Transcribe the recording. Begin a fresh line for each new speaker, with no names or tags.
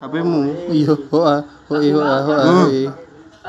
HP mu.
Iya, hoa, hoi, hoa, hoa. hoi.